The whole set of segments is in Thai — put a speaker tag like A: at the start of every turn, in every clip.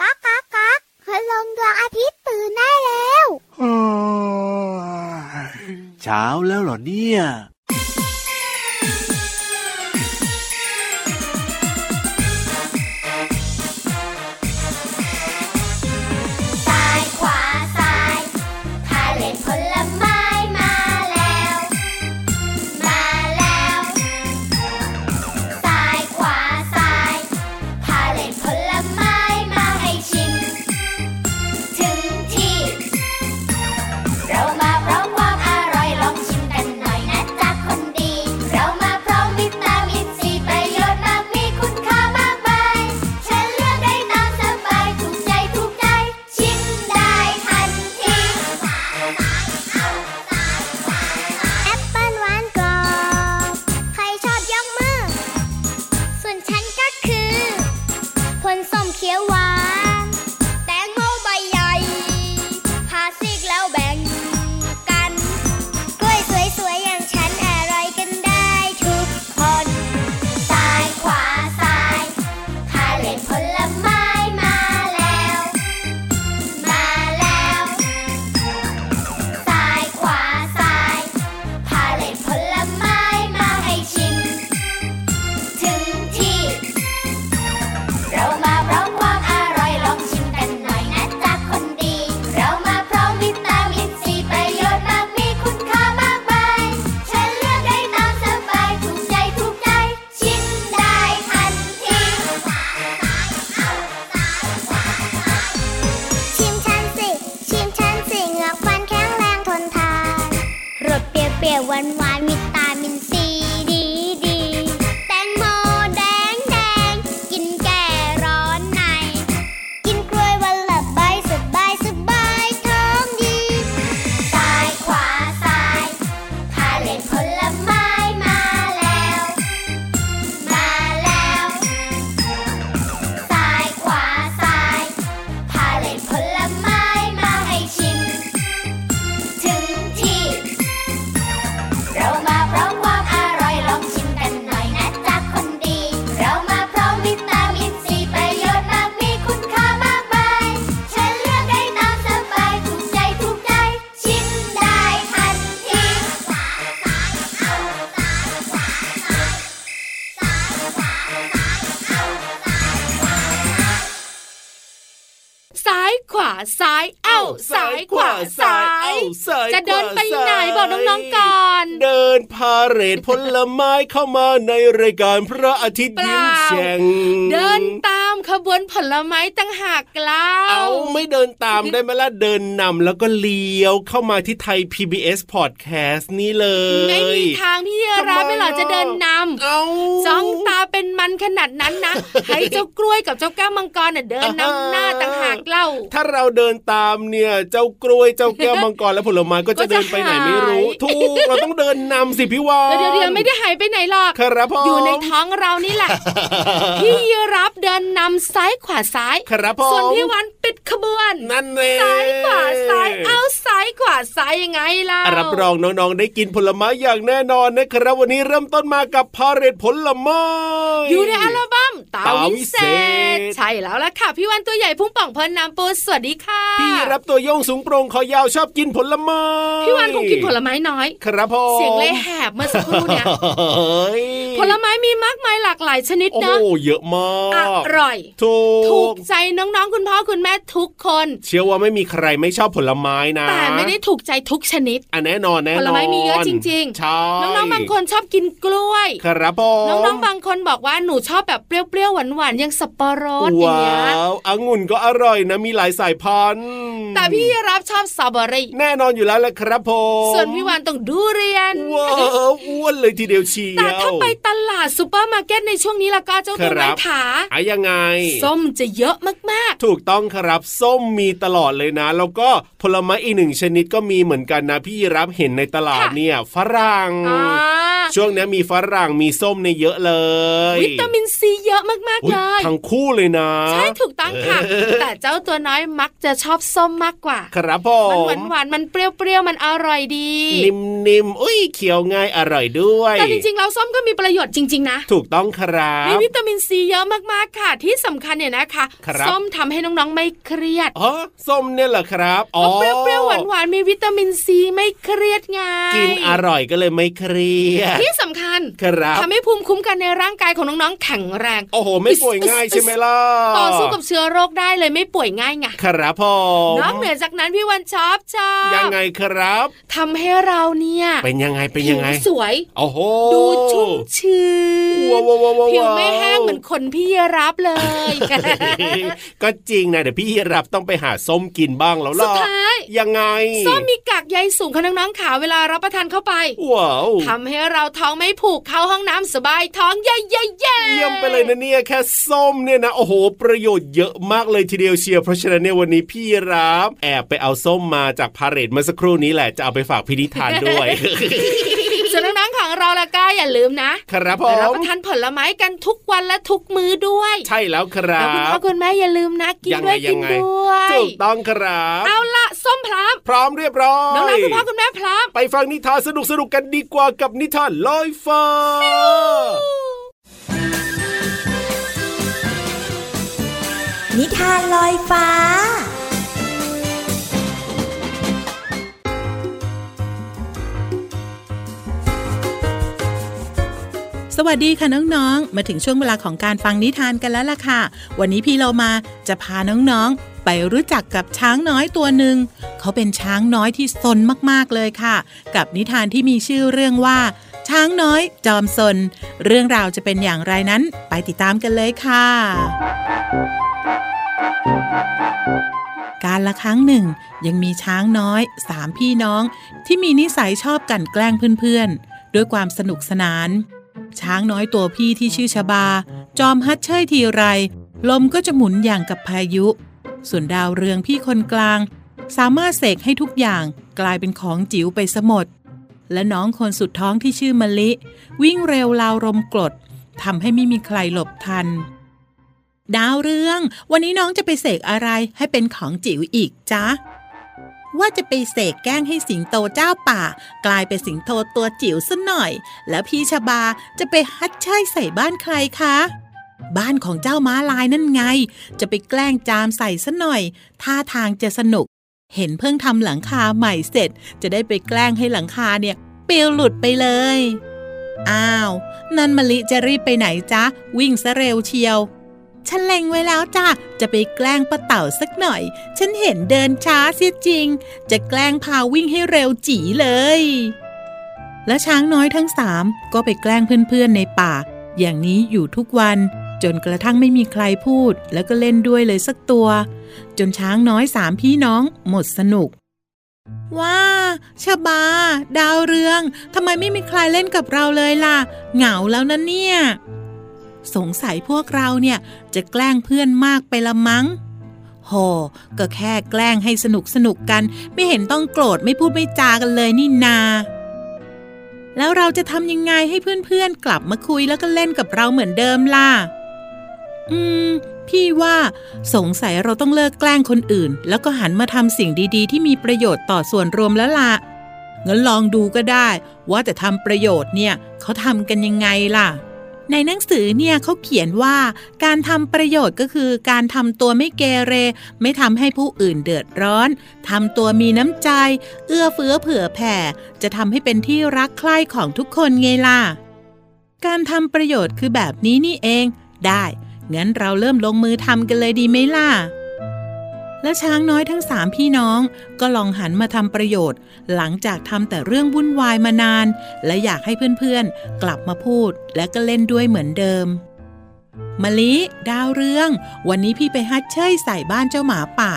A: ก๊ากก๊ากก๊ากคืนลงดวงอาทิตย์ตื่นได้แล้ว
B: เช้าแล้วเหรอเนี่ย
C: ซ้ายขวาซ้ายพาเล่นผลไม้มาแล้ว มาแล้วซ้ายขวาซ้ายพาเล่นผลไม้มาให้ชิม ถึงที่ เรามาพร้อมความอร่อยลองชิมกันหน่อยนะจ๊ะคนดี เรามาพร้อมวิตามินซีประโยชน์มากมีคุณค่ามากมายฉันเลือกได้ตามสบายถูกใจถูกใจ ชิมได้ทันที
A: แอปเปิ้ลหวานกรอบ ใครชอบยกมือ ส่วนฉันก็คือผลส้มเขียวหวาน แตงโมใบใหญ่พาซีกแล้วแบ่งกัน กล้วยสวยๆ อย่างฉันอร่อยกันได้ทุกคน
C: ซ้ายขวาซ้ายพาเล่นผลไม้มาแล้ว มาแล้วซ้ายขวาซ้ายพาเล่นผลไม้มาให้ชิม ถึงที่ เรามาพร้อมความอร่อยลองชิมกันหน่อยนะจ๊ะคนดี เรามาพร้อมวิตามินซีประโยชน์มากมีคุณค่ามากมายฉันเลือกได้ตามสบายถูกใจถูกใจ ชิมได้ทันที
A: ชิมฉันสิ ชิมฉันสิเหงือกฟันแข็งแรงทนทานรสเปรี้ยวๆหวานหวานๆวิตามินซีดีดีๆแตงโมแดงแดงๆกินแก่ร้อนใน กินกล้วยวันละใบสบายสบายท้องดี
C: ซ้ายขวาซ้ายพาเล่นผลไม้มาแล้ว มาแล้วซ้ายขวาซ้ายพาเล่นผลไม้มาให้ชิม ถึงที่ เรามาพร้อมความอร่อยลองชิมกันหน่อยนะจ๊ะคนดี เรามาพร้อมวิตามินซีประโยชน์มากมีคุณค่ามากมายฉันเลือกได้ตามสบายถูกใจถูกใจ ชิมได้ทันที
D: ซ้ายขวาซ้ายเอ้าซ้ายขวาซ้าย
E: ซ้าย
D: จะเดินไป
E: ขวา
D: ไหน
E: ซ้าย
D: บอกน้องๆก่อน
E: เดินพาเหรดผลไม้เข้ามาในรายการพระอาทิตย์
D: เปล่า
E: ยิ้มแฉ่ง
D: เดินตามขบวนผลไม้ต่างหากเล่า
E: เอาไม่เดินตามได้ไหมล่ะเดินนำแล้วก็เลี้ยวเข้ามาที่ไทย PBS Podcast นี่เลย
D: ไม่มีทางพี่รับ
E: ทำไม
D: ไม่หรอจะเดินนำ
E: เอ้า
D: จ้องตาเป็นมันขนาดนั้น นะ ให้เจ้ากล้วยกับเจ้าก้ามังกรน่ะเดินนำหน้าต่างหากเล่า
E: ถ้าเราเดินตามเนี่ย เจ้ากล้วยเจ้าแก้วมังกรและผลไม้ก็
D: ก็
E: จะ
D: จะ
E: เดินไปไหนไม่รู้
D: หาย
E: ถูกเราต้องเดินนำสิพี่วาน
D: เดี๋ยวเดี๋ยวๆไม่ได้หายไปไหนหรอก
E: ครับผม
D: อยู่ในท้องเรานี่แหละ พี่รับเดินนำซ้ายขวาซ้าย
E: ครับผม
D: ส่วนพี่วันปิดขบวน
E: นั่นเอง
D: ซ้ายขวาซ้ายเอาซ้ายขวาซ้ายยังไงล่ะ
E: รับรองน้องๆ ได้กินผลไม้อย่างแน่นอนนะครับวันนี้เริ่มต้นมากับพาเหรดผลไม้
D: อยู่ในอัลบั้มตา
E: ตาวิ
D: วิเศ
E: เศ
D: ษ
E: ษ
D: ใช่แล้วล่ะค่ะ พี่วันตัวใหญ่พุ่งป่องพอนน้ำปูสวัสดีค่ะ
E: พี่รับตัวโยงสูงโปรงคอยาวชอบกินผลไม้
D: พี่วันคงกินผลไม้น้อย
E: ครับผม
D: เสียงเลยแหบเมื่อสักครู่ เนี่ย
E: เฮ้ย
D: ผลไม้มีมากมายหลากหลายชนิด
E: โอ้
D: นะ
E: โหเยอะมาก
D: อร่อย
E: ถู
D: ถู
E: ก
D: กใจน้องๆ คุณพ่อคุณแม่ทุกคน
E: เชื่อว่าไม่มีใครไม่ชอบผลไม้นะ
D: แต่ไม่ได้ถูกใจทุกชนิด
E: อันแน่นอนแน่นอน
D: ผลไม้มีเยอะจริงๆ
E: ใช่
D: น้องๆบางคนชอบกินกล้วย
E: ครับผม
D: น้องๆบางคนบอกว่าหนูชอบแบบเปรี้ยวๆหวานๆอย่างสับปะรดอย่าง
E: ว้า
D: เงี้ย
E: วองุ่นก็อร่อยนะมีหลายสายพันธุ์
D: แต่พี่รับชอบสตรอเบอรี่
E: แน่นอนอยู่แล้วแหละครับผม
D: ส่วนพี่วานต้องดูเรียน
E: ว้าวอ้วนเลยทีเดียวเชียว
D: แต่ถ้าไปตลาดซูเปอร์มาร์เก็ตในช่วงนี้แล้วก็เจ้าตัว
E: ครั
D: ไม้
E: บ
D: ขา
E: อะยังไง
D: ส้มจะเยอะมาก
E: ถูกต้องครับส้มมีตลอดเลยนะ แล้วก็ผลไม้อีกหนึ่งชนิดก็มีเหมือนกันนะ พี่รับเห็นในตลาด
D: ค่ะ
E: เนี่ยฝรั่ง
D: ๆอ่า
E: ช่วงเนี้ยมีฝรั่งมีส้มในยเยอะเลย
D: วิตามินซีเยอะมาก
E: อุ๊
D: ๆ
E: ย
D: เลย
E: ทั้งคู่เลยนะ
D: ใช่ถูกต้องค่ะ แต่เจ้าตัวน้อยมักจะชอบส้มมากกว่า
E: ครับผ
D: มันหวา
E: ม
D: นหวานๆมันเปรี้ยวๆ มันอร่อยดี
E: นิ่มๆอุ้ยเคี้ยวง่ายอร่อยด้วย
D: แต่จริงๆแล้วส้มก็มีประโย ชน์จริง ๆ นะ
E: ถูกต้องครับ
D: มีวิตามินซีเยอะมากๆค่ะ ที่สำคัญเนี่ยนะคะ
E: ครับ
D: ส้มทำให้น้องๆไม่เครียด
E: อ๋อส้มเนี่ยเหรอครับอ๋อ
D: ก็เปรี้ยวๆหวานๆมีวิตามินซีไม่เครียดไง
E: กินอร่อยก็เลยไม่เครียด
D: ที่สำคัญ
E: ครับ
D: ทำให้ภูมิคุ้มกันในร่างกายของน้องๆแข็งแรง
E: โอ้โห ไม่ป่วยง่ายใช่ไหมล่ะ
D: ต่อสู้กับเชื้อโรคได้เลยไม่ป่วยง่ายไง
E: ครับผม
D: นอกเหนือจากนั้นพี่วันชอบชอบ
E: ยังไงครับ
D: ทำให้เราเนี่ย
E: เป็นยังไงเป็นยังไง
D: ผิวสวย
E: โอ้โห
D: ดูชุ่มชื้น
E: ว้าวว้าวว้าวว้า
D: ผิวไม่แห้งเหมือนขนพี่รับเลย
E: ก็จริงนะเดี๋ยวพี่รับต้องไปหาส้มกินบ้างแล้ว
D: สุ
E: ล่ะ
D: ดท้าย
E: ยังไง
D: ส้มมีกากใยสูงค่ะน้องๆขาเวลารับประทานเข้าไป
E: ว้าว
D: ทำให้เราท้องไม่ผูกเข้าห้องน้ำสบายท้องเย่เย่เย่
E: เยี่ยมไปเลยนะเนี่ยแค่ส้มเนี่ยนะโอ้โห ประโยชน์เยอะมากเลยทีเดียวเชียวเพราะฉะนั้นเนี่ยวันนี้พี่รับแอบไปเอาส้มมาจากพาเหรดเมื่อสักครู่นี้แหละจะเอาไปฝากพี่นิทานด้วย
D: ส่วนน้องๆของเราละก็อย่าลืมนะครับ
E: ผ
D: รับ
E: ม
D: ประทานผลไม้กันทุกวันและทุกมื้อด้วย
E: ใช่แล้วครั
D: แล้วคุณพ่อบ คุณแม่อย่าลืมนะกิน
E: ยังไง
D: ด้วยกิน
E: ยังไง
D: ด้วย
E: ถูกต้องครับ
D: เอาละส้มพร้อม
E: พร้อมเรียบร้อย
D: น้องๆคุณพ่อคุณแม่พร้อม
E: ไปฟังนิทานสนุกสนุกๆกันดีกว่ากับนิทานลอยฟ้า
C: นิทานลอยฟ้า
F: สวัสดีค่ะน้องๆ มาถึงช่วงเวลาของการฟังนิทานกันแล้วล่ะค่ะ วันนี้พี่เรามาจะพาน้องๆ ไปรู้จักกับช้างน้อยตัวหนึ่ง เขาเป็นช้างน้อยที่ซนมากๆเลยค่ะ กับนิทานที่มีชื่อเรื่องว่า ช้างน้อยจอมซน เรื่องราวจะเป็นอย่างไรนั้นไปติดตามกันเลยค่ะ การละครั้งหนึ่ง ยังมีช้างน้อยสามพี่น้อง ที่มีนิสัยชอบกลันแกล้งเพื่อนๆ ด้วยความสนุกสนาน ช้างน้อยตัวพี่ที่ชื่อชบา จอมฮัดเชยทีไร ลมก็จะหมุนอย่างกับพายุ ส่วนดาวเรืองพี่คนกลาง สามารถเสกให้ทุกอย่างกลายเป็นของจิ๋วไปสมด และน้องคนสุดท้องที่ชื่อมะลิ วิ่งเร็วราวลมกรดทำให้ไม่มีใครหลบทัน ดาวเรือง วันนี้น้องจะไปเสกอะไรให้เป็นของจิ๋วอีกจ๊ะ ว่าจะไปเสกแกล้งให้สิงโตเจ้าป่า กลายเป็นสิงโตตัวจิ๋วซะหน่อย แล้วพี่ชบาจะไปฮัดช่ายใส่บ้านใครคะ บ้านของเจ้าม้าลายนั่นไง จะไปแกล้งจามใส่ซะหน่อย ท่าทางจะสนุก เห็นเพิ่งทำหลังคาใหม่เสร็จ จะได้ไปแกล้งให้หลังคาเนี่ยเปลวหลุดไปเลย อ้าว นันมะลิจะรีบไปไหนจ๊ะ วิ่งซะเร็วเชียว ฉันเล็งไว้แล้วจ้ะ จะไปแกล้งป้าเต่าสักหน่อย ฉันเห็นเดินช้าเสียจริง จะแกล้งพาวิ่งให้เร็วจีเลย และช้างน้อยทั้งสามก็ไปแกล้งเพื่อนๆในป่า อย่างนี้อยู่ทุกวัน จนกระทั่งไม่มีใครพูด แล้วก็เล่นด้วยเลยสักตัว จนช้างน้อยสามพี่น้องหมดสนุก ว้าชบา ดาวเรืองทำไมไม่มีใครเล่นกับเราเลยล่ะ เหงาแล้วนะเนี่ย สงสัยพวกเราเนี่ยจะแกล้งเพื่อนมากไปละมั้งโหก็แค่แกล้งให้สนุกสนุกกัน ไม่เห็นต้องโกรธไม่พูดไม่จากันเลยนี่นา แล้วเราจะทำยังไงให้เพื่อนๆ กลับมาคุยแล้วก็เล่นกับเราเหมือนเดิมล่ะ อืม พี่ว่าสงสัยเราต้องเลิกแกล้งคนอื่น แล้วก็หันมาทำสิ่งดี ๆ ที่มีประโยชน์ต่อส่วนรวมแล้วล่ะงั้นลองดูก็ได้ ว่าแต่ทำประโยชน์เนี่ยเขาทำกันยังไงล่ะ ในหนังสือเนี่ยเขาเขียนว่าการทำประโยชน์ก็คือ การทำตัวไม่เกเร ไม่ทำให้ผู้อื่นเดือดร้อนทำตัวมีน้ำใจ เอื้อเฟื้อเผื่อแผ่ จะทำให้เป็นที่รักใคร่ของทุกคนไงล่ะ การทำประโยชน์คือแบบนี้นี่เอง ได้ งั้นเราเริ่มลงมือทำกันเลยดีไหมล่ะ และช้างน้อยทั้งสามพี่น้องก็ลองหันมาทำประโยชน์ หลังจากทำแต่เรื่องวุ่นวายมานาน และอยากให้เพื่อนๆ กลับมาพูด และก็เล่นด้วยเหมือนเดิมมะลิดาวเรือง วันนี้พี่ไปฮัดเชยใส่บ้านเจ้าหมาป่า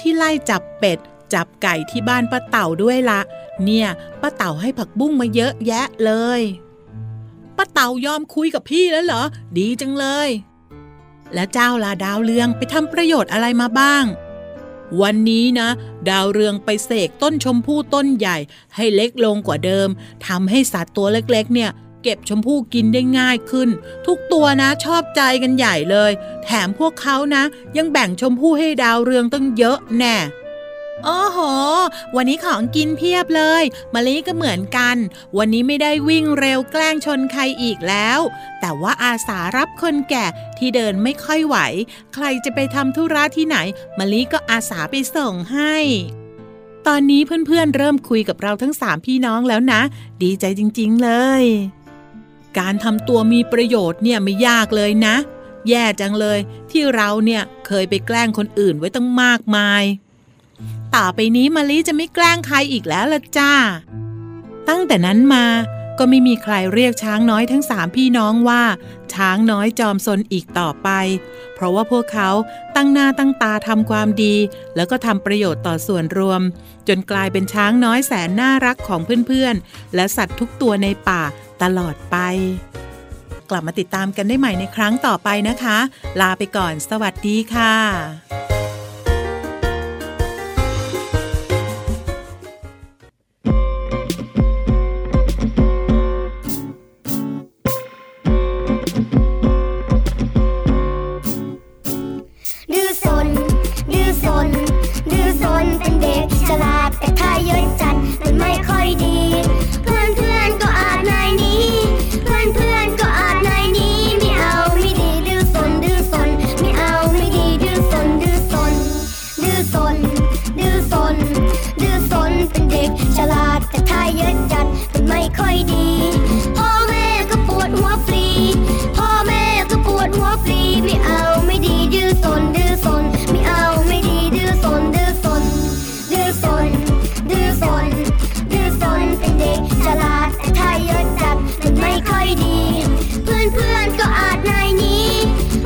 F: ที่ไล่จับเป็ด จับไก่ที่บ้านป้าเต่าด้วยละเนี่ยป้าเต่าให้ผักบุ้งมาเยอะแยะเลยป้าเต่ายอมคุยกับพี่แล้วเหรอ ดีจังเลย และเจ้าลาดาวเรืองไปทำประโยชน์อะไรมาบ้าง วันนี้นะ ดาวเรืองไปเสกต้นชมพู่ต้นใหญ่ ให้เล็กลงกว่าเดิมทำให้สัตว์ตัวเล็กๆ เนี่ย เก็บชมพู่กินได้ง่ายขึ้น ทุกตัวนะชอบใจกันใหญ่เลย แถมพวกเขานะ ยังแบ่งชมพู่ให้ดาวเรืองตั้งเยอะแน่ โอ้โห วันนี้ของกินเพียบเลยมะลิก็เหมือนกัน วันนี้ไม่ได้วิ่งเร็วแกล้งชนใครอีกแล้ว แต่ว่าอาสารับคนแก่ที่เดินไม่ค่อยไหว ใครจะไปทำธุระที่ไหนมะลิก็อาสาไปส่งให้ ตอนนี้เพื่อนๆเริ่มคุยกับเราทั้งสามพี่น้องแล้วนะ ดีใจจริงๆเลย การทำตัวมีประโยชน์เนี่ยไม่ยากเลยนะ แย่จังเลย ที่เราเนี่ยเคยไปแกล้งคนอื่นไว้ตั้งมากมาย ต่อไปนี้มาลิจะไม่แกล้งใครอีกแล้วละจ้า ตั้งแต่นั้นมาก็ไม่มีใครเรียกช้างน้อยทั้งสามพี่น้องว่า ช้างน้อยจอมซนอีกต่อไป เพราะว่าพวกเขาตั้งหน้าตั้งตาทำความดี แล้วก็ทำประโยชน์ต่อส่วนรวม จนกลายเป็นช้างน้อยแสนน่ารักของเพื่อนๆ และสัตว์ทุกตัวในป่าตลอดไป กลับมาติดตามกันได้ใหม่ในครั้งต่อไปนะคะ ลาไปก่อน สวัสดีค่ะ
G: ดื้อสน ดื้อสน ดื้อสนเป็นเด็กฉลาดแต่ถ้าเยอะจัดมันไม่ค่อยดี เพื่อนเพื่อนๆก็อาจนายหนี้ เพื่อนเพื่อนๆก็อาจนายหนี้ไม่เอาไม่ดี ดื้อสน ดื้อสนไม่เอาไม่ดี ดื้อสน ดื้อสน ดื้อสน ดื้อสน ดื้อสนเป็นเด็กฉลาดแต่ถ้าเยอะจัดมันไม่ค่อยดี พ่อแม่ก็ปวดหัวฟรี พ่อแม่ก็ปวดหัวฟรี ไม่เอาไม่ดี ดื้อสน ดื้อสน ไม่เอาไม่ดี ดื้อสน ดื้อสน ดื้อสน ดื้อสน ดื้อสน เป็นเด็กฉลาดแต่ถ้าเยอะจัดมันไม่ค่อยดี เพื่อนเพื่อนๆก็อาจนายหนี้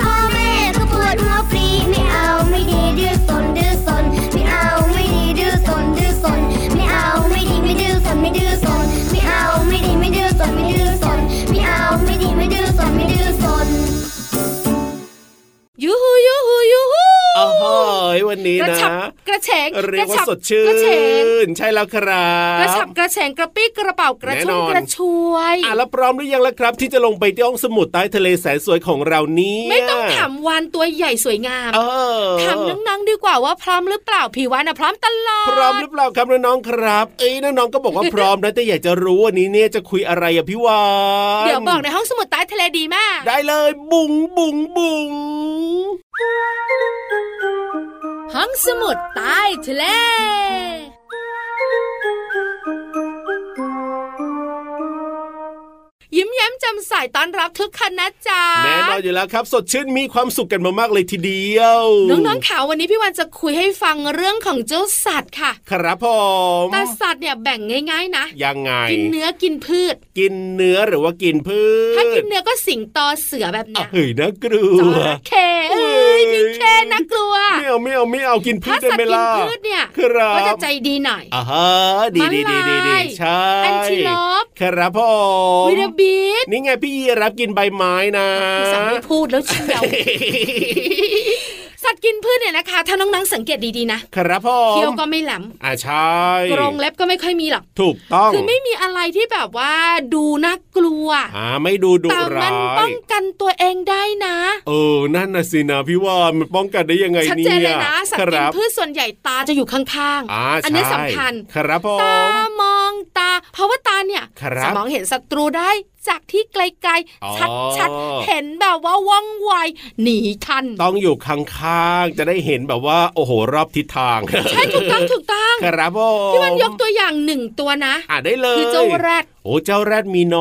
G: พ่อแม่ก็ปวดหัวฟรี ไม่เอาไม่ดี ดื้อสน ดื้อสน ไม่เอาไม่ดี ดื้อสน ดื้อสน ไม่เอาไม่ดี ไม่ดื้อสน ไม่ดื้อสน ไม่เอาไม่ดี ไม่ดื้อสน ไม่ดื้อสน ไม่เอาไม่ดี ไม่ดื้อสน ไม่ดื้อสน
D: ยูฮูยูฮูยูฮู
E: โอ้โหวันนี้
D: กระ
E: นะ
D: ฉับกระเฉง
E: เรียกว่าสด
D: กระ
E: ชื่
D: เฉง
E: น ใช่แล้วครั
D: กระฉั
E: บ
D: บกระเฉงกระปี้กระเป๋ากระ
E: แน่
D: ชุ่
E: น
D: ม
E: อน
D: กระชวย
E: อ่ะแล้วพร้อมหรือยังล่ะครับ ที่จะลงไปที่ห้องสมุดใต้ทะเลแสนสวยของเรานี้
D: ไม่ต้องถามวานตัวใหญ่สวยงาม
E: เออ
D: ถามน้องๆดีกว่าว่าพร้อมหรือเปล่าพี่วานนะพร้อมตลอด
E: พร้อมหรือเปล่าครับน้องๆครับ เอ้ยน้องๆก็บอกว่าพร้อมนะแต่อยากจะรู้วันนี้เนี่ยจะคุยอะไรอ่ะพี่วาน
D: เดี๋ยวบอกในห้องสมุดใต้ทะเลดีมาก
E: ได้เลยบุ๋งบุ๋งบุ๋ง
D: ห้องสมุดใต้ทะเล ยิ้มแย้มจำใสต้อนรับทุกคนนะจ๊ะ
E: แน่นอนอยู่แล้วครับ สดชื่นมีความสุขกันมามากเลยทีเดียว
D: น้องๆขาววันนี้พี่วันจะคุยให้ฟังเรื่องของเจ้าสัตว์ค่ะ
E: ครับผม
D: แต่สัตว์เนี่ยแบ่งง่าย ๆ นะ
E: ยังไง
D: กินเนื้อกินพืช
E: กินเนื้อหรือว่ากินพืช
D: ถ้ากินเนื้อก็สิงโตเสือแบบ
E: อ่ะ
D: เนี้ย
E: เฮ้ยน่ากลั
D: จ
E: ว
D: ระเข้เอ้ยมีแค่น่ากลัว
E: ไม่เอาไม่เอาไม่เอากินพื
D: ถ้า
E: ชได้
D: สัต
E: ไหม
D: ว์กิน
E: ล่ะ
D: พืชเนี่ย
E: ครับ
D: ก็จะใจดีหน่อย
E: อ่าฮะดีดีดีดีดี
D: ม้าลาย
E: ใช่
D: แอนทิโลป
E: ครับผม
D: วิรบีท
E: นี่ไงพี่ยีรับกินใบไม้นะ
D: สามีพูดแล้วเชียว สัตว์กินพืชเนี่ยนะคะ ถ้าน้องๆสังเกตดีๆนะครับ
E: ผ
D: เคี้ย
E: ม
D: วก็ไม่แหลม
E: อ่าใช่
D: กรงเล็บก็ไม่ค่อยมีหรอก
E: ถูกต้อง
D: คือไม่มีอะไรที่แบบว่าดูน่ากลัว
E: อ่าไม่ดูดุ
D: แต่มั
E: ร้า
D: ป้
E: ย
D: องกันตัวเองได้นะ
E: เออนั่นนะสินะพี่ว่ามันป้องกันได้ยังไง
D: ชัด
E: เนี่
D: เจน
E: ย
D: เลยนะ สัตว์
E: ค
D: กิน
E: รับ
D: พืชส่วนใหญ่ตาจะอยู่ข้าง
E: อ่า
D: อันี้
E: ใช่
D: สำคัญ
E: ครับผ
D: ตาม มองตา เพราะว่าตาเนี่ย
E: ครับ
D: จะมองเห็นศัตรูได้จากที่ไกล
E: อ๋อ
D: ๆ ชัดๆ เห็นแบบว่าว่องไวหนีทัน
E: ต้องอยู่ข้างๆจะได้เห็นแบบว่า โอ้โหรอบทิศทาง
D: ใช่ถูกต้องถูกต้อง
E: ครับผม
D: พี่วันยกตัวอย่างหนึ่งตัวนะ
E: อ่าได้เลย
D: คือเจ้าแรด
E: โอ้เจ้าแรดมีน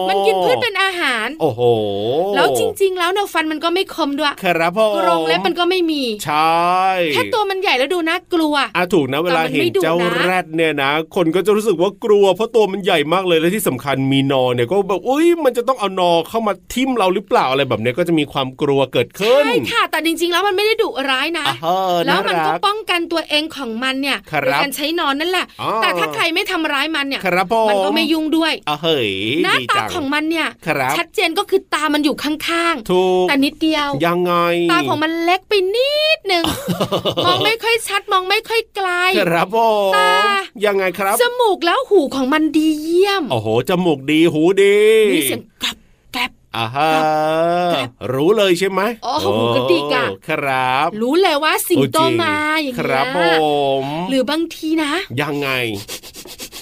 E: ม
D: มันกินพืชเป็นอาหาร
E: โอ้โห
D: แล้วจริงๆ แล้วเนี่ยฟันมันก็ไม่คมด้วย
E: ครับผม
D: กรงเล็บมันก็ไม่มี
E: ใช่
D: แค่ตัวมันใหญ่แล้วดูน่ากลัว
E: อาถูกนะเวลา
D: แต่มัน
E: เห็
D: ไม่
E: น
D: ดุนะ
E: เจ้าแรดเนี่ยนะ คนก็จะรู้สึกว่ากลัว เพราะตัวมันใหญ่มากเลยและที่สำคัญมีนอนเนี่ยก็แบบอุ้ยมันจะต้องเอานอเข้ามาทิ่มเราหรือเปล่าอะไรแบบเนี้ยก็จะมีความกลัวเกิดขึ้น
D: ใช่ค่ะ แต่จริงๆ แล้วมันไม่ได้ดุร้ายนะ
E: อ่าฮะ
D: แล้วมั
E: า
D: ก็
E: รั
D: ป้องกันตัวเองของมันเนี่ย
E: ครับ
D: โดยการใช้นอนนั่นแหละ
E: อ๋อ
D: แต่ถ้าใครไม่ทำร้ายมันเนี่ย
E: ครับผม
D: มันก็ไม่ยุ่งด้วย
E: อ่ะเฮ้ย
D: หน้า
E: ดี
D: ตา
E: จัง
D: ของมันเนี่ย
E: ครับ
D: ชัดเจนก็คือตามันอยู่ข้าง
E: ถูก
D: ๆ แต่นิดเดียว
E: ยังไง
D: ตาของมันเล็กไปนิด หนึ่ง มองไม่ค่อยชัดมองไม่ค่อยไกล
E: ครับผม
D: ตา
E: ยังไงครับ
D: จมูกแล้วหูของมันดีเยี่ยม
E: โอ้โหจมูกดีหูดี
D: มีเสียงกรับแกรบ
E: อ่าฮะรู้เลยใช่ไหม
D: อ๋อหูกระดิกอะ
E: โครับ
D: รู้เลยว่าสิงโต
E: โอ้จริ
D: มาอย่าง
E: ค
D: เงี้
E: รับผ
D: ย
E: ม
D: หรือบางทีนะ
E: ยังไง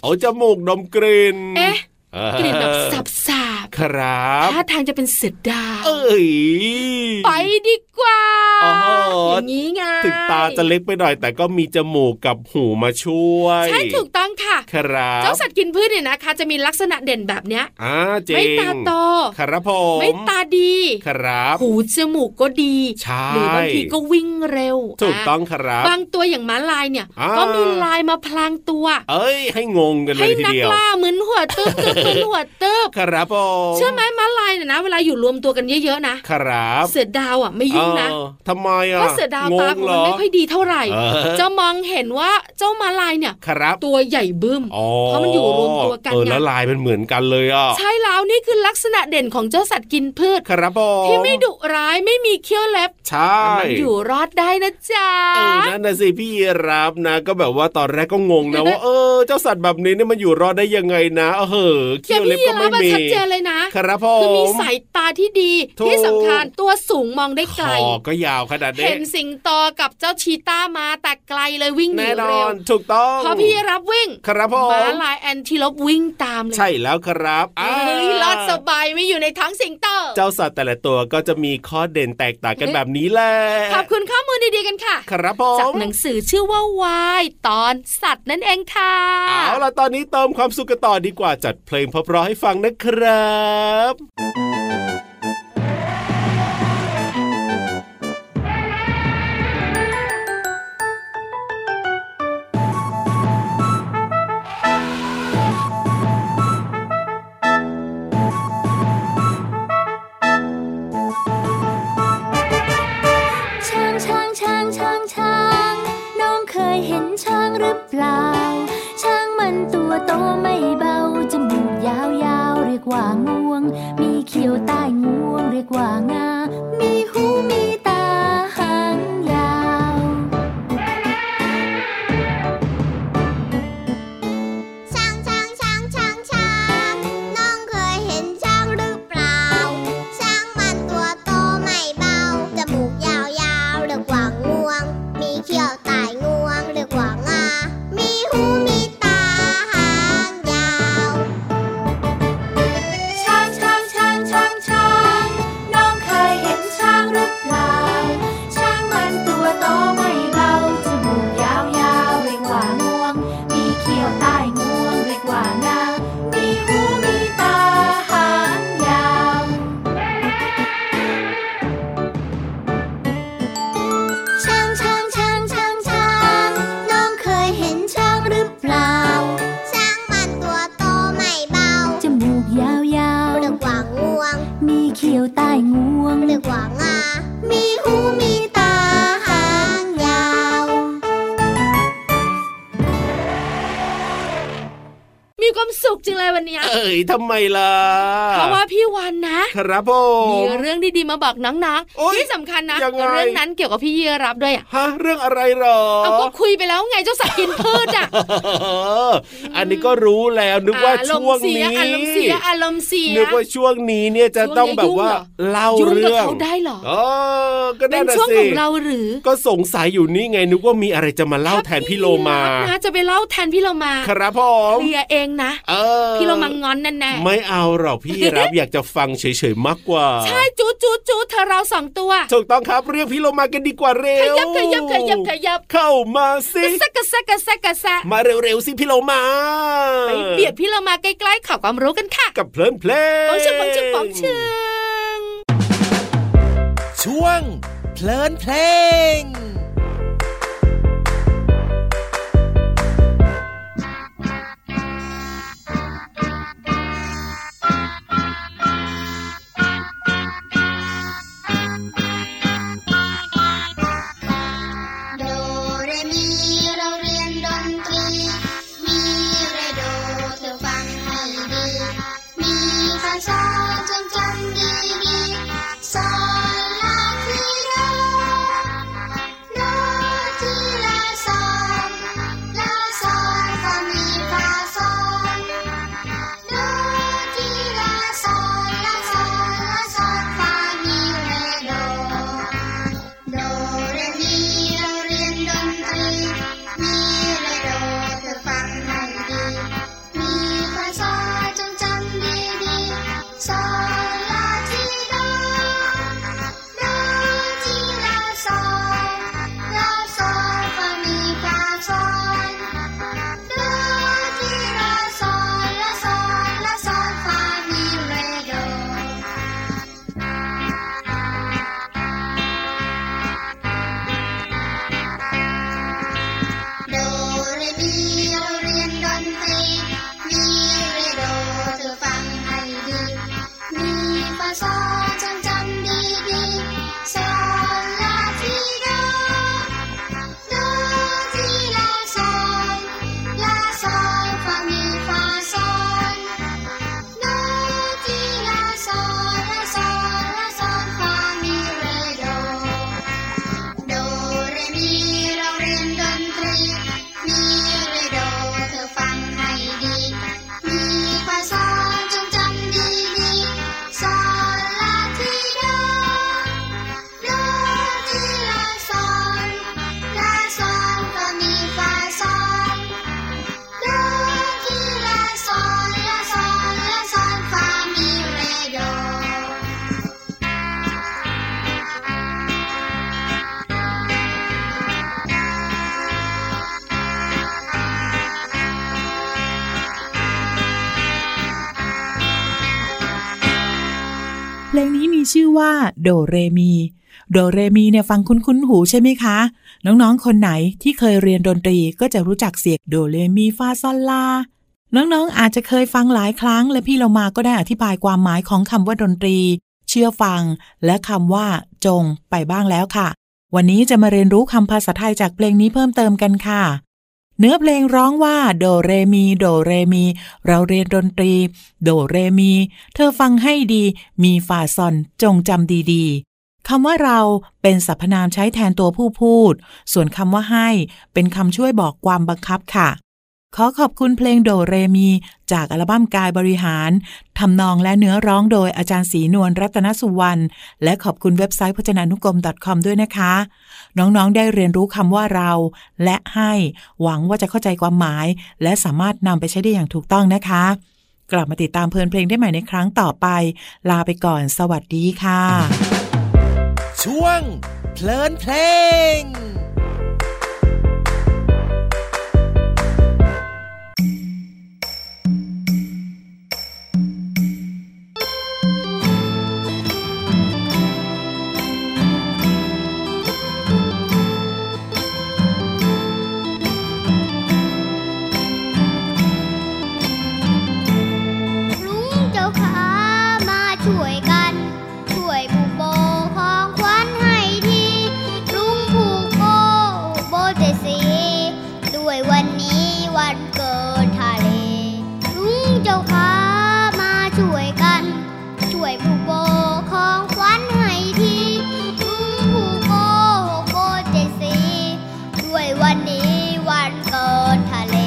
E: เอาจมูกดมกลิ่น
D: เอ๊ะ
E: ออก
D: ลิ่นแบบสับสาบ
E: ครับ
D: ท่าทางจะเป็นเสือดาว
E: เอ้ย
D: ไปดีกว่า
E: อ๋ออ
D: ย่างนี้ไง
E: ถึงตาจะเล็กไปหน่อย แต่ก็มีจมูกกับหูมาช่วย
D: ใช่ถูกต้องค่ะ
E: ครับ
D: เจ้าสัตว์กินพืชเนี่ยนะคะ จะมีลักษณะเด่นแบบเนี้ย
E: อ่าจริง
D: ไม่ตาโต
E: ครับผม
D: ไม่ตาดี
E: ครับ
D: หูจมูกก็ดี
E: ใช่
D: หรือบางทีก็วิ่งเร็ว
E: ถูกต้อง
D: ะ
E: ครับ
D: บางตัวอย่างม้าลายเนี่ย
E: อ่า
D: ก็มีลายมาพลางตัว
E: เอ้ย ให้งงกันเล
D: ให้
E: ยที
D: นัก
E: เดียว
D: ล่าเหมือนหัวเติบตึ๊บเหมือนหัวเติบ
E: ครับผม
D: เชื่อไหมม้าลายเนี่ยนะเวลาอยู่รวมตัวกันเยอะๆนะครับ เสือดาวอ่ะไม่ยุ่งนะ
E: เออทำไมอ่ะ
D: เพราะเสือดาวตาง ของ
E: เหร
D: มัน
E: อ
D: ไม่ค่อยดีเท่าไหร่
E: เออ
D: จะมองเห็นว่าเจ้าม้าลายเนี่ย
E: ครับ
D: ตัวใหญ่บึ้ม
E: อ๋อ
D: เพราะมันอยู่รวมตัวกันไง
E: เออแล้วลายมันเหมือนกันเลยอ่ะ
D: ใช่แล้วนี่คือลักษณะเด่นของเจ้าสัตว์กินพืช
E: ครับผม
D: ที่ไม่ดุร้ายไม่มีเขี้ยวเล็บ
E: ใช่
D: มันอยู่รอดได้นะจ๊ะ
E: เออนั่นนะสิพี่รับนะ ก็แบบว่าตอนแรกก็งงนะ ว่าเออเจ้าสัตว์แบบนี้เนี่ยมันอยู่รอดได้ยังไงนะเออเหอะ
D: เคี
E: เขี้
D: ย
E: ยว ว
D: เล็
E: เล็
D: บบ ก็
E: ก็
D: ไม่
E: ไม่
D: มี
E: มี
D: ชัดเจนเลยนะ
E: ครับผ
D: คือมี
E: ม
D: สายตาที่ดี
E: ถูก
D: ที่สำคัญตัวสูงมองได้ไกล
E: คอก็ยาวขนาดนี้
D: เห็นสิงโตกับเจ้าชีต้ามาแต่ไกลเลยวิ่งหนี
E: แน่น
D: เร็
E: อ
D: วน
E: ถูกต้อง
D: พอพี่รับวิ่ง
E: ครับผม
D: ม้าลายแอนทิลบวิ่งตามเลย
E: ใช่แล้วครับอ่า
D: เฮ้ยรอดสบายไม่อยู่ในท้องสิงโต
E: เจ้าสัตว์แต่ละตัวก็จะมีข้อเด่นแตกต่างกันแบบนี้แหละ
D: ขอบคุณข้อมูลดีๆกันค่ะ
E: ครับผ
D: จาก
E: ม
D: หนังสือชื่อว่าวายตอนสัตว์นั่นเองค่ะ
E: เอาล่ะตอนนี้เติมความสุขกันต่อดีกว่าจัดเพลงเพราะๆให้ฟังนะครับ
H: ช้างช้างช้างช้างช้างน้องเคยเห็นช้างหรือเปล่า ช้างมันตัวโตไม่เบา จมูกยาวยาวๆเรียกว่างวง มีเขียวใต้งวงเรียกว่างา มีหูมีตาหางยาว
I: ช้างช้างช้างช้างช้าง น้องเคยเห็นช้างหรือเปล่า ช้างมันตัวโตไม่เบา จมูกยาวยาวๆเรียกว่างวง มีเขี้ยวใตายงวงเรียกว่างา มีหูมีตาหางยาว
H: ช้างช้างช้างช้างช้าง น้องเคยเห็นช้างหรือเปล่า ช้างมันตัวโตไม่เบา จมูกยาวยาวๆเรียกว่างวง มีเขียวใต้งวงเรียกว่างา มีหูมีตาหางยาว
I: ช้างช้างช้างช้างช้างน้องเคยเห็นช้างหรือเปล่า ช้างมันตัวโตไม่เบา
H: จมูกยาวยาว
I: เรียกว่างวง
H: ๆมีเขียวใต้งวง
I: เรียกว่างา มีหูมีตาหางยาว
D: มีความสุขจริงเลยวันเนี้ย
E: เอ้ยทำไมล่ะ
D: เพราะว่าพี่วันนะ
E: ครับผม
D: มีเรื่องดีๆมาบอกน้อง
E: โอ๊
D: ๆ
E: ย
D: ที่สำคัญนะ
E: ยังไง
D: เรื่องนั้นเกี่ยวกับพี่เยรับด้วยอ่ะ
E: ฮะเรื่องอะไรหรอ
D: เอาก็คุยไปแล้วไงเจ้าสัตว์กินพืชอ่ะ
E: เออ อันนี้ก็รู้แล้ว นึกว่า
D: อารม
E: ช่ว
D: ณ์
E: ง
D: เสีย
E: นี้
D: อารมณ์เสียอารมณ์เสีย
E: นึกว่าช่วงนี้เนี่ยจะ
D: ช่วง
E: ต้อง
D: นี้
E: แบบว่า
D: ยุ่งเหรอ
E: เล่า
D: ยุ่งกับ
E: เรื่อง
D: เขาได้เหรอ
E: เออก็
D: เป็
E: นั่
D: น
E: นะ
D: ช่วง
E: สิ
D: ของเราหรือ
E: ก็สงสัยอยู่นี่ไงนึกว่ามีอะไรจะมาเล่าแทนพี่โลมา
D: พี่รับนะจะไปเล่าแทนพี่โลมา
E: ครับผม
D: เคลียร์เองนะ
E: เออ
D: พี่โลมางอนแน่ๆ
E: ไม่เอาหรอกพี่รับ อยากจะฟังเฉยๆมากกว่า
D: ใช่จู๊จู๊จู๊เธอเราสองตัว
E: ถูกต้องครับเรียกพี่โลมากันดีกว่าเร็
D: ข
E: ว
D: ยับขยับขยับขยับ
E: เข้ามาสิ
D: กระแซะกระแซะกระแซะกระแซะ
E: มาเร็วๆสิพี่โลมา
D: ไปเบียดพี่โลมาใกล้ๆข่าวความรู้กันค่ะ
E: กับเพลินเพลง
D: ปองเชิงปองเชิงปองเชิง
B: ช่วง เพลินเพลง
I: โดเรมีเราเรียนดนตรี มีเรโดเธอฟังให้ดี มีภาษาจงจำดีดีๆสอนลาที่เรา
F: ชื่อว่าโดเรมี โดเรมีเนี่ยฟังคุ้นๆหูใช่ไหมคะ น้องๆ คนไหนที่เคยเรียนดนตรีก็จะรู้จักเสียงโดเรมีฟาซอลลา น้องๆ อาจจะเคยฟังหลายครั้ง และพี่เรามาก็ได้อธิบายความหมายของคำว่าดนตรี เชื่อฟัง และคำว่า จงไปบ้างแล้วค่ะ วันนี้จะมาเรียนรู้คำภาษาไทยจากเพลงนี้เพิ่มเติมกันค่ะ เนื้อเพลงร้องว่าโดเรมีโดเรมี เราเรียนดนตรี โดเรมี เธอฟังให้ดี มีฝาซอนจงจำดีๆคำว่าเราเป็นสรรพนามใช้แทนตัวผู้พูด ส่วนคำว่าให้ เป็นคำช่วยบอกความบังคับค่ะ ขอขอบคุณเพลงโดเรมี จากอัลบั้มกายบริหารทำนองและเนื้อร้องโดยอาจารย์ศรีนวลรัตนสุวรรณและขอบคุณเว็บไซต์พจนานุกรม .com ด้วยนะคะ น้องๆ ได้เรียนรู้คำว่าเรา และให้ หวังว่าจะเข้าใจความหมาย และสามารถนำไปใช้ได้อย่างถูกต้องนะคะ กลับมาติดตามเพลินเพลงได้ใหม่ในครั้งต่อไป ลาไปก่อน สวัสดีค่ะ
B: ช่วงเพลินเพลง
A: ลุงเจ้าขามาช่วยกัน ช่วยผูกโบของขวัญให้ทีลุงผูกโบโบเจดสีด้วยวันนี้วันเกิดทะเล ลุงเจ้าขามาช่วยกัน ช่วยผูกโบของขวัญให้ทีลุงผูกโบโบเจดสีด้วยวันนี้วันเกิดทะเล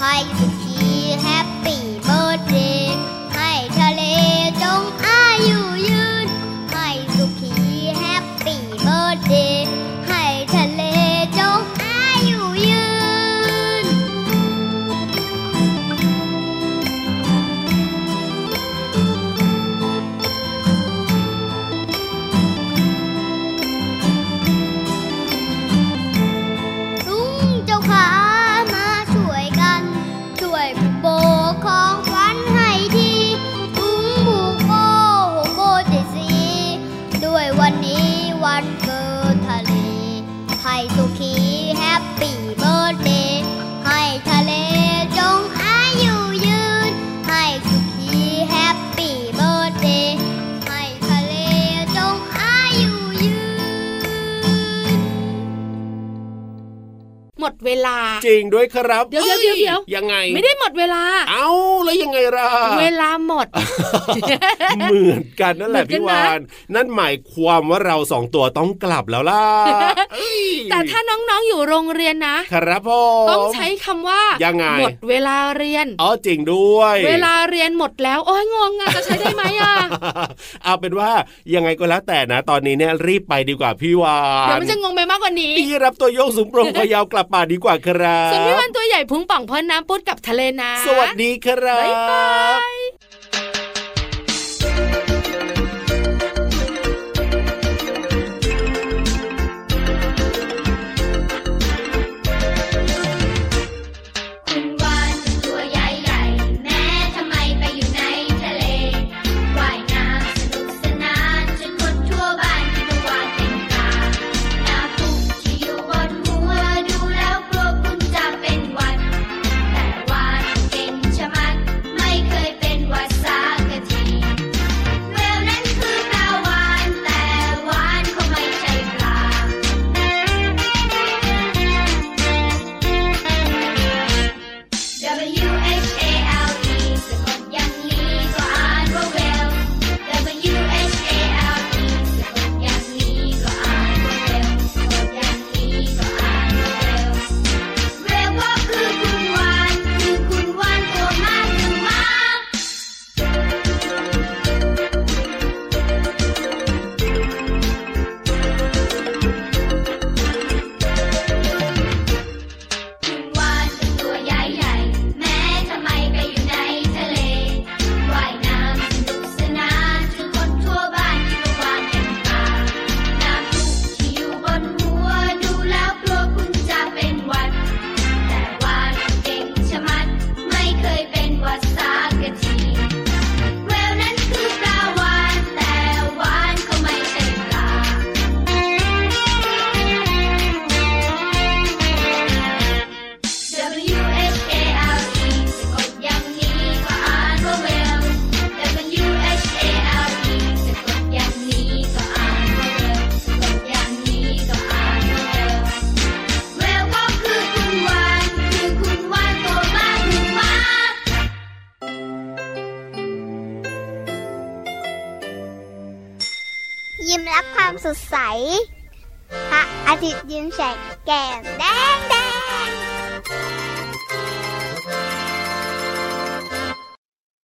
A: ให้สุขีแฮปปี้เบิร์ดเดย์ให้ทะเลจงอายุยืน ให้สุขีแฮปปี้เบิร์ดเดย์ให้ทะเลจงอายุยืน ลุงเจ้าขามาช่วยกัน ช่วยผูกโบของขวัญให้ทีลุงผูกโบโบเจดสีด้วยวันนี้วันเกิดทะเล ให้สุขีแฮปปี้เบิร์ดเดย์ให้ทะเลจงอายุยืน ให้สุขีแฮปปี้เบิร์ดเดย์ให้ทะเลจงอายุยืน
D: หมดเวลา
E: จริงด้วยครับ
D: เดี๋ยวเดี๋ยวเดี๋ยวเดี๋ยว
E: ยังไง
D: ไม่ได้หมดเวลา
E: เอ้าแล้วยังไงล่ะ
D: เวลาหมด
E: เหมือนกันนั่นแหละ
D: เหมือนกัน
E: พี่วา
D: นะ
E: น นั่นหมายความว่าเราสองตัวต้องกลับแล้วล่ะเอ้ย
D: แต่ถ้าน้องๆอยู่โรงเรียนนะ
E: ครับผม
D: ต้องใช้คำว่ายัง
E: ไง
D: หมดเวลาเรียน
E: อ๋อจริงด้วย
D: เวลาเรียนหมดแล้ว โอ้ยงงอะจะใช้ได้ไหมอ่ะ
E: เอาเป็นว่ายังไงก็แล้วแต่นะ ตอนนี้เนี่ยรีบไปดีกว่าพี่วา
D: เดี๋ยวน มันจะงงไปมากกว่านี้
E: พี่รับตัวโยกสูงโปรงพยาวกลับป่าดีกว่าครับ
D: ส่วนพี่วันตัวใหญ่พุงป่องพ้นน้ำปุดกับทะเลนะ
E: สวัสดีครับ
D: ๊ายบา
E: บ
D: ย
C: คุณวานตัวใหญ่ๆ แม้ทำไมไปอยู่ในทะเล ว่ายน้ำสนุกสนานจนคนทั่วบ้านคิดว่าเป็นปลาตาปุกที่อยู่บนหัวดูแล้วกลัวคุณจะเป็นหวัด แต่วานเก่งชะมัดไม่เคยเป็นหวัด
A: รักความสดใส พระอาทิตย์ยิ้มแฉกแก้มแดง